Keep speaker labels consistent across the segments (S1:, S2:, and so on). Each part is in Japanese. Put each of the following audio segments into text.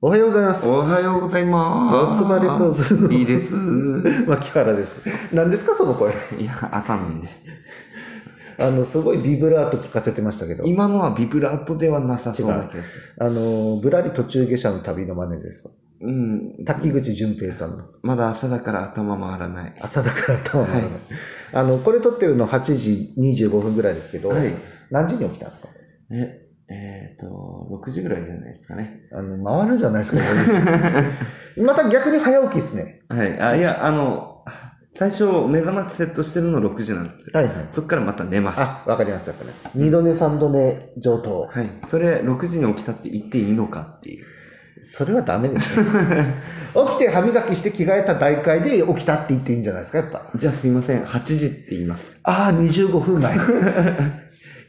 S1: おはようございます。
S2: おはようございま
S1: お
S2: す。
S1: つまりポーズ
S2: いいです。
S1: 牧原です。何ですか、その声。
S2: いや、朝なんで。
S1: あの、すごいビブラート聞かせてましたけど、
S2: 今のはビブラートではなさそうな気がする。
S1: あの、ぶらり途中下車の旅の真似です。
S2: うん。
S1: 滝口淳平さんの。
S2: まだ朝だから頭回らない。
S1: 朝だから頭回らない。あの、これ撮ってるの8時25分ぐらいですけど、
S2: はい。
S1: 何時に起きたんですか
S2: え、えっ、と、6時ぐらいじゃないですかね。
S1: あの、回るじゃないですか、 また逆に早起きですね。
S2: はい。あ、いや、あの、最初、目覚ましセットしてるの6時なんですよ。
S1: はいはい。
S2: そっからまた寝ます。
S1: あ、わかります、わかります。二度寝三度寝上等。
S2: はい。それ、6時に起きたって言っていいのかっていう。
S1: それはダメですね。 起きて歯磨きして着替えた大会で起きたって言っていいんじゃないですか、やっぱ。
S2: じゃあすいません、8時って言います。
S1: ああ、25分 前。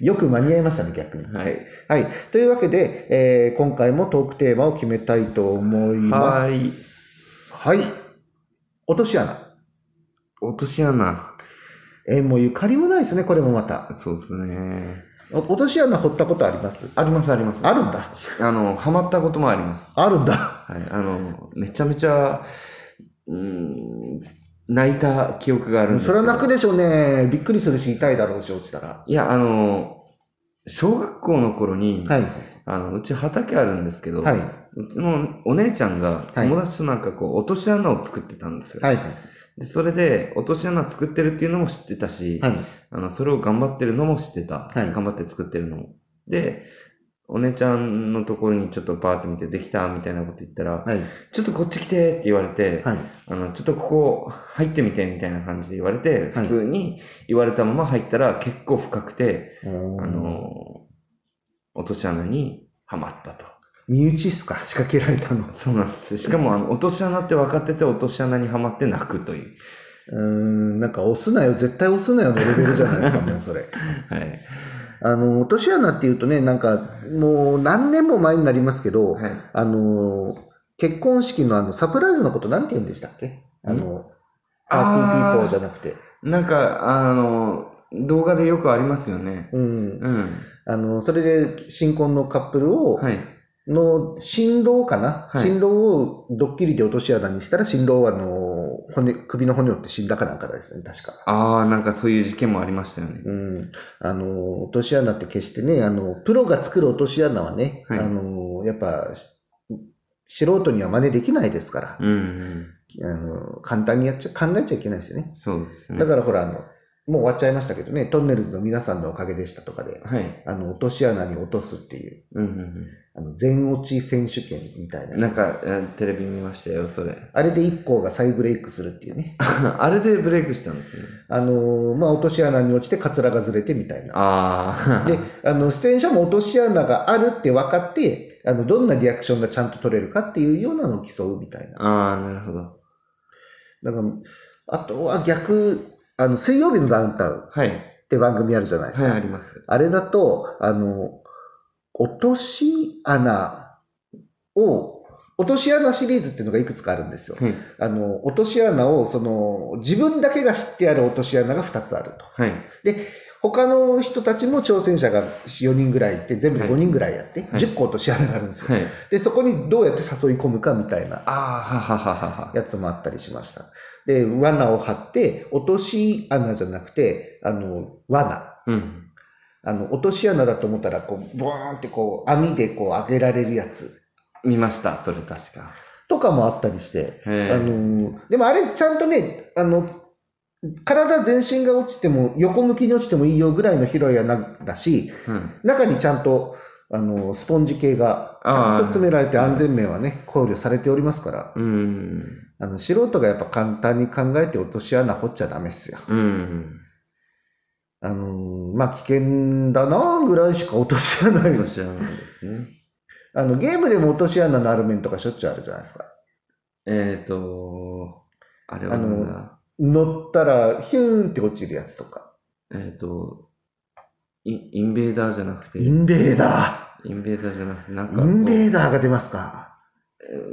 S1: よく間に合いましたね、逆に。
S2: はい。
S1: はい。というわけで、えー今回もトークテーマを決めたいと思いま
S2: はい。
S1: す。はい。落とし穴。
S2: 落とし穴。
S1: えーもうゆかりもないですね、これもまた。
S2: そうですね。
S1: お落とし穴掘ったことあります
S2: ありますあります。
S1: あるんだ。
S2: あの、ハマったこともあります。
S1: あるんだ。
S2: はい。あの、めちゃめちゃ、うーん、泣いた記憶があるんです
S1: そ
S2: け
S1: れ
S2: ど。
S1: は泣くでしょうね。びっくりするし、痛いだろうし、落ちたら。
S2: いや、あの、小学校の頃に、
S1: はい。
S2: あのうち畑あるんですけど、
S1: はい。
S2: うちのお姉ちゃんが
S1: はい
S2: 友達となんかこう、落とし穴を作ってたんですよ。
S1: はい。
S2: でそれで、落とし穴作ってるっていうのも知ってたし、
S1: はい。
S2: あの、それを頑張ってるのも知ってた。
S1: はい
S2: 頑張って作ってるのも。で、お姉ちゃんのところにちょっとバーって見て、できたみたいなこと言ったら、
S1: はい。
S2: ちょっとこっち来てって言われて、
S1: はい。
S2: あの、ちょっとここ入ってみてみたいな感じで言われて、
S1: はい
S2: 普通に言われたまま入ったら結構深くて、
S1: あ
S2: あ、の、落とし穴にはまったと。
S1: 身内っすか仕掛けられたの。
S2: そうなんです。しかも、あの、落とし穴って分かってて落とし穴にはまって泣くという。
S1: うーん、なんか押すなよ、絶対押すなよのレベルじゃない ですか、もうそれ。
S2: はい。
S1: あの、落とし穴っていうとね、なんか、もう何年も前になりますけど、
S2: はい。
S1: あの、結婚式のあの、サプライズのことなんて言うんでしたっけあの、パーティーピーポーじゃなくて。
S2: なんか、あの、動画でよくありますよね。
S1: うん。
S2: うん。
S1: あの、それで、新婚のカップルを、
S2: はい。
S1: の、新郎かな、
S2: はい
S1: 新郎をドッキリで落とし穴にしたら、新郎はあの、骨、首の骨折って死んだかなんかですね、確か。
S2: ああ、なんかそういう事件もありましたよね。
S1: うん、あの落とし穴って決してねあのプロが作る落とし穴はね、
S2: はい
S1: あのやっぱし素人には真似できないですから、
S2: うん、うん。
S1: あの簡単にやっちゃ考えちゃいけないですよね
S2: そうですね。
S1: だからほらあのもう終わっちゃいましたけどねトンネルズの皆さんのおかげでしたとかで
S2: はい。
S1: あの落とし穴に落とすっていう
S2: うん、うんうん。
S1: あの全落ち選手権みたいな
S2: なんか、えテレビ見ましたよ、それ。
S1: あれで1校が再ブレイクするっていうね
S2: あれでブレイクしたんですね。
S1: あの、まあ、落とし穴に落ちてカツラがずれてみたいな
S2: ああ。
S1: で、あの、出演者も落とし穴があるって分かって、あの、どんなリアクションがちゃんと取れるかっていうようなのを競うみたいな。
S2: ああ、なるほど。
S1: だから、あとは逆、あの、水曜日のダウンタウンっ
S2: はい。
S1: て番組あるじゃないです
S2: は
S1: か。
S2: い、あります。
S1: あれだと、あの、落とし穴を、落とし穴シリーズっていうのがいくつかあるんですよ。
S2: はい。
S1: あの、落とし穴を、その、自分だけが知ってある落とし穴が2つあると。
S2: はい。
S1: 他の人たちも挑戦者が4人ぐらいいて、全部で
S2: はい
S1: 5人ぐらいやって、
S2: い
S1: 10個落とし穴があるんですよ。
S2: はい。
S1: で、そこにどうやって誘い込むかみたいな
S2: ああ、ははははは。
S1: やつもあったりしました。で、罠を張って、落とし穴じゃなくて、あの、罠。
S2: うん。
S1: あの、落とし穴だと思ったら、こう、ボーンってこう、網でこう、上げられるやつ
S2: 見ました、それ確か。
S1: とかもあったりして、
S2: へ
S1: あ
S2: え。
S1: の、でもあれちゃんとね、あの、体全身が落ちても、横向きに落ちてもいいよぐらいの広い穴だし、
S2: うん。
S1: 中にちゃんと、あの、スポンジ系が、ちゃんと詰められて安全面はね、考慮されておりますから、
S2: うん。
S1: あの素人がやっぱ簡単に考えて落とし穴掘っちゃダメっすよ。
S2: うん。
S1: あのーまあ危険だなぐらいしか落とし穴
S2: そ
S1: が
S2: う知らないですね。
S1: あのゲームでも落とし穴のある面とかしょっちゅうあるじゃないですか。
S2: えっと、あれはなんだ。
S1: 乗ったらヒューンって落ちるやつとか。
S2: えっ、ー、と、イインベーダーじゃなくて、
S1: インベーダ
S2: インベーダーじゃなくて、なん
S1: ーイ
S2: かこう、
S1: ンベーダーが出ますか。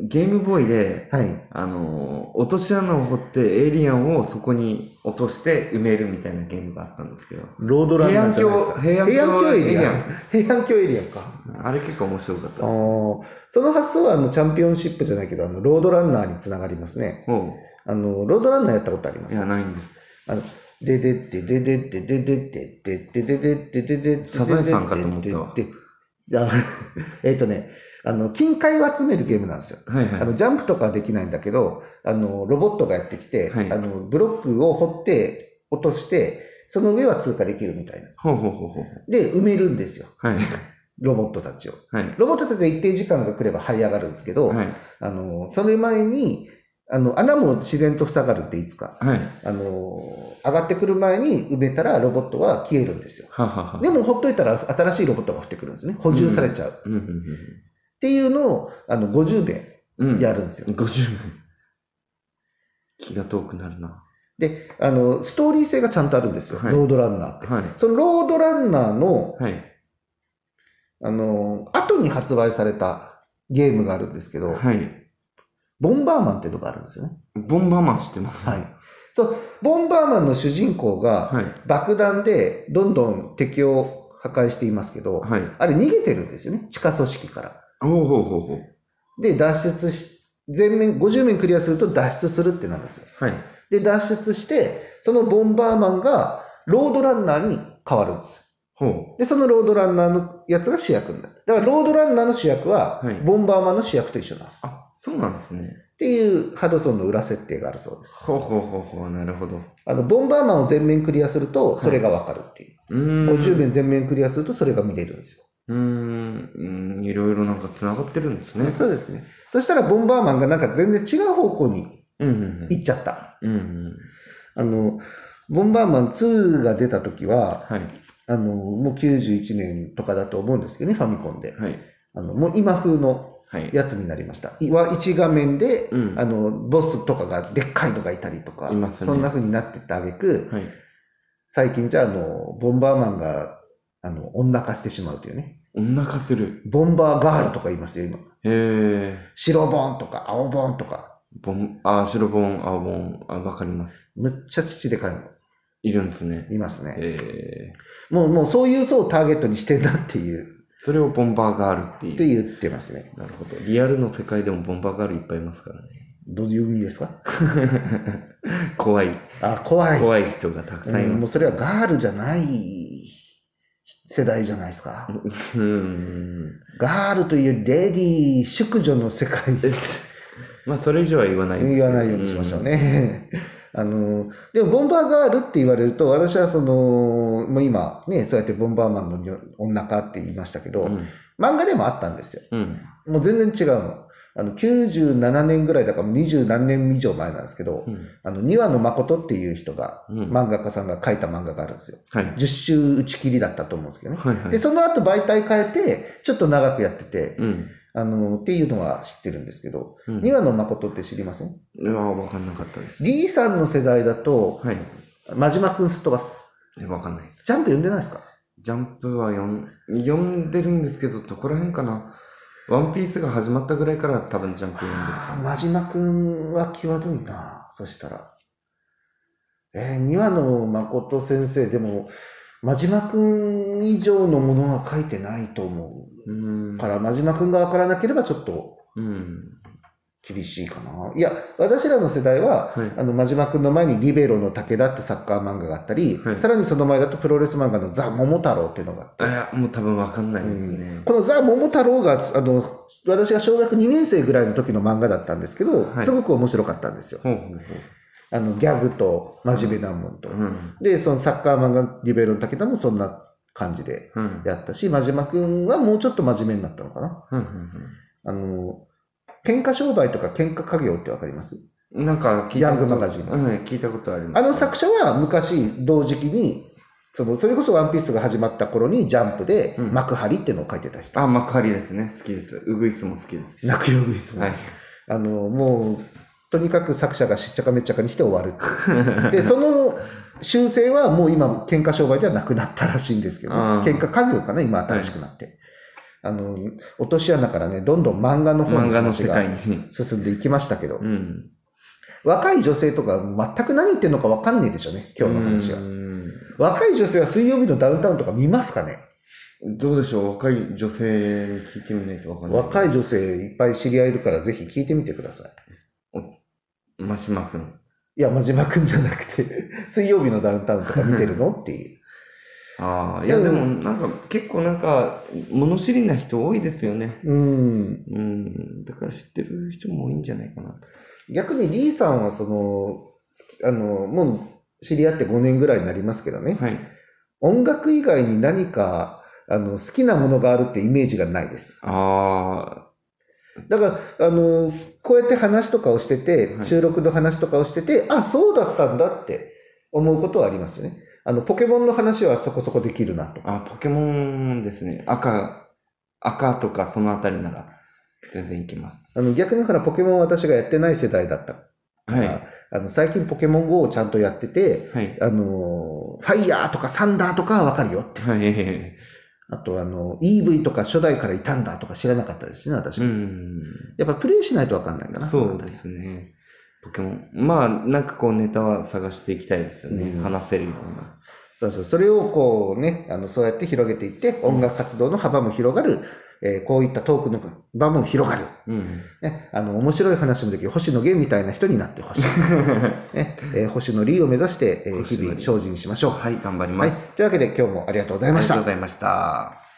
S2: ゲームボーイで、
S1: はい。
S2: あの、落とし穴を掘ってエイリアンをそこに落として埋めるみたいなゲームがあったんですけど、
S1: ロードラン
S2: 平
S1: ナー
S2: 安
S1: じゃないです
S2: 京
S1: か、。
S2: 平
S1: 平安京エリ
S2: 平
S1: ア
S2: 安
S1: ン。平安京エリアンか。
S2: 京あれ結構面白かっ
S1: あ
S2: た
S1: ー
S2: です。
S1: その発想はあのチャンピオンシップじゃないけど、あのロードランナーにつながりますね。
S2: おう
S1: あのロードランナーやったことありま
S2: い
S1: す
S2: や、。ないんです。
S1: ででってででってででってででででででで
S2: サザエさんかと思ったわ
S1: でででじゃあえっとね、あの金塊を集めるゲームなんですよ。
S2: はいはい。
S1: あのジャンプとかはできないんだけど、あのロボットがやってきて、
S2: はい
S1: あのブロックを掘って落として、その上は通過できるみたいな。
S2: ほうほうほうほう。
S1: で埋めるんですよ、
S2: はい。
S1: ロボットたちを。
S2: はい。
S1: ロボットたちが一定時間が来れば這い上がるんですけど、
S2: はい。
S1: あの、それ前に、あの、穴も自然と塞がるっていつか、
S2: はい。
S1: あの、上がってくる前に埋めたらロボットは消えるんですよ。
S2: ははは。
S1: で、もほっといたら新しいロボットが降ってくるんですね。補充されちゃう。っ
S2: うん
S1: ていうのを、あの、50名
S2: うんうん。うん。
S1: やるんですよ。
S2: 50分。気が遠くなるな。
S1: で、あの、ストーリー性がちゃんとあるんですよ。
S2: はい
S1: ロードランナーって。
S2: はい。
S1: そのロードランナーの、
S2: はい。
S1: あの、後に発売されたゲームがあるんですけど、
S2: はい。
S1: ボンバーマンっていうのがあるんですよね。
S2: ボンバーマン知ってます。
S1: はい。。そう、ボンバーマンの主人公が、
S2: はい。
S1: 爆弾でどんどん敵を破壊していますけど、
S2: はい。
S1: あれ逃げてるんですよね、地下組織から。
S2: ほうほうほうほう。
S1: で、脱出し、全面、50面クリアすると脱出するってなるんですよ。
S2: はい。
S1: で、脱出して、そのボンバーマンがロードランナーに変わるんですよ。
S2: ほう。
S1: で、そのロードランナーのやつが主役になる。だから、ロードランナーの主役は
S2: はい、
S1: ボンバーマンの主役と一緒なんです。っ
S2: あ、そうなんですね。
S1: ていうハドソンの裏設定があるそうです。
S2: ほうほうほうほう、なるほど。う
S1: あの、ボンバーマンを全面クリアすると、それがわかるっていう。
S2: ーん。
S1: 50面全面クリアすると、それが見れるんですよ。
S2: うーん。うんいろいろなんか繋がってるんですね。
S1: そうですね。そしたらボンバーマンがなんか全然違う方向に
S2: うんうん
S1: 行っちゃった。
S2: うん。うんうん。
S1: あの、ボンバーマン2が出た時は、
S2: はい。
S1: あの、もう91年とかだと思うんですけどね、ファミコンで。
S2: はい。
S1: あの、もう今風の
S2: はい。
S1: やつになりました。いわ一画面で、
S2: うん
S1: あの、ボスとかがでっかいのがいたりとか、
S2: いますね
S1: そんな風になってった挙句、
S2: はい。
S1: 最近じゃあ、あの、ボンバーマンが、あの、女化してしまうというね。
S2: 女化する。
S1: ボンバーガールとか言いますよ、今。
S2: へえ。
S1: 白ボンとか青ボンとか。
S2: ボン、あ、白ボン、青ボン、あ、わかります。
S1: むっちゃ父でかいの
S2: いるんですね。
S1: いますね。
S2: えー、
S1: もう、もうそういう層をターゲットにしてんだっていう、
S2: それをボンバーガールっていう。
S1: って言ってますね。
S2: なるほど。リアルの世界でもボンバーガールいっぱいいますから
S1: どういう意味ですか
S2: ね。 怖い。
S1: あ、怖い。
S2: 怖い人がたくさんい
S1: うんも
S2: ま
S1: う
S2: す。
S1: それはガールじゃない世代じゃないですか。
S2: うん。
S1: ガールというよりレディー、淑女の世界。
S2: まあ、それ以上は言わないです
S1: 言わないようにしましょう。ね。あの、でも、ボンバーガールって言われると、私はその、もう今、ね、そうやってボンバーマンの女女かって言いましたけど、
S2: うん。
S1: 漫画でもあったんですよ。
S2: うん。
S1: もう全然違うの。あの、97年ぐらいだから、二十何年以上前なんですけど、
S2: うん。
S1: あの、庭野誠っていう人が、
S2: うん。
S1: 漫画家さんが書いた漫画があるんですよ。
S2: はい。
S1: 10周打ち切りだったと思うんですけどね。
S2: はいはい。
S1: で、その後媒体変えて、ちょっと長くやってて、
S2: うん。
S1: あの、っていうのは知ってるんですけど、
S2: うん。
S1: 庭野誠って知りません
S2: うわ、わかんなかったです。
S1: ?D さんの世代だと、
S2: はい。
S1: 真島くんすっ飛ばす。
S2: えわかんない。
S1: ジャンプ読んでないですか
S2: ジャンプは読ん読んでるんですけど、どこら辺かな。ワンピースが始まったぐらいから多分ジャンプ読んでるかな。
S1: 真島くんは際どいなそしたら。えー、庭野誠先生、でも、真島くん以上のものは書いてないと思う。
S2: うーん。
S1: から真島君が分からなければちょっと
S2: うん。
S1: 厳しいかな。いや、私らの世代は、
S2: はい。
S1: あの真島君の前にリベロの武田ってサッカー漫画があったり、
S2: はい
S1: さらにその前だとプロレス漫画のザ・桃太郎っていうのがあって、
S2: あいや、もう多分わかんないです
S1: うん
S2: ね。
S1: このザ・桃太郎が、あの、私が小学2年生ぐらいの時の漫画だったんですけど、
S2: はい
S1: すごく面白かったんですよ。
S2: ほうほう
S1: あの、ギャグと真面目なもんと。
S2: ほう。うん。
S1: で、そのサッカー漫画リベロの武田もそんな感じで
S2: うん。
S1: やったし、真島君はもうちょっと真面目になったのかな。
S2: うんうん
S1: あの、喧嘩商売とか喧嘩家業ってわかります
S2: うん。なんか聞い
S1: ヤ
S2: た
S1: ン
S2: こ
S1: グ
S2: と
S1: マガジン
S2: うん、聞いたことあります。
S1: あの作者は昔、同時期に、その、それこそワンピースが始まった頃にジャンプで
S2: うん
S1: 幕張っていうのを書いてた人。
S2: あ、幕張ですね。好きです。ウグイスも好きですし。
S1: 泣くよぐいす
S2: はい。
S1: あの、もう、とにかく作者がしっちゃかめっちゃかにして終わる っていう。で、その修正はもう今、喧嘩商売ではなくなったらしいんですけど、
S2: あー
S1: 喧嘩家業かな、今新しくなって。あの、落とし穴からね、どんどん漫画の方
S2: 漫
S1: に
S2: 画の
S1: 話
S2: 世
S1: が
S2: 界に。
S1: 進んでいきましたけど、
S2: うん。
S1: 若い女性とか全く何言ってるのかわかんないでしょうね、今日の話は。
S2: うん
S1: 若い女性は水曜日のダウンタウンとか見ますかね
S2: どうでしょう若い女性に聞いてみないとわかんない。
S1: 若い女性いっぱい知り合いいるからぜひ聞いてみてください。
S2: マシマ君。
S1: いや、真島くんじゃなくて、 水曜日のダウンタウンとか見てるのっていう。
S2: ああ、いや
S1: うん
S2: でもなんか結構なんか物知りな人多いですよね。
S1: うん。
S2: うん。だから知ってる人も多いんじゃないかな。
S1: 逆にリーさんはその、あの、もう知り合って5年ぐらいになりますけどね。
S2: はい。
S1: 音楽以外に何か、あの、好きなものがあるってイメージがないです。
S2: あ
S1: だから、あの、こうやって話とかをしてて、
S2: はい
S1: 収録の話とかをしてて、あ、そうだったんだって思うことはありますよね。あの、ポケモンの話はそこそこできるなとか。
S2: あ、あ、ポケモンですね。赤、赤とかそのあたりなら全然いけま
S1: あの、逆にほら、ポケモンは私がやってない世代だったか
S2: す。
S1: ら、
S2: はい。
S1: あの、最近ポケモン GO をちゃんとやってて、
S2: はい。
S1: あの、ファイヤーとかサンダーとかはわかるよって。
S2: はい。
S1: あと、あの、EV とか初代からいたんだとか知らなかったですしね、私
S2: う
S1: も。
S2: ん。
S1: やっぱプレイしないとわかんないんだな。
S2: そうですね。ポケモン。まあ、なんかこうネタは探していきたいですよね。
S1: うん
S2: 話せるような。
S1: そうそう、それをこうね、あの、そうやって広げていって、音楽活動の幅も広がる、えーこういったトークの場も広がる。
S2: うん。
S1: ね、あの、面白い話もできる、星野源みたいな人にな ってほしい。ね、えー星野リーを目指して、えー日
S2: 星野
S1: 々
S2: リ
S1: 精進しましょう。
S2: はい、頑張り
S1: は
S2: ます。
S1: い。というわけで今日もありがとうございました
S2: ありがとうご。ざいました。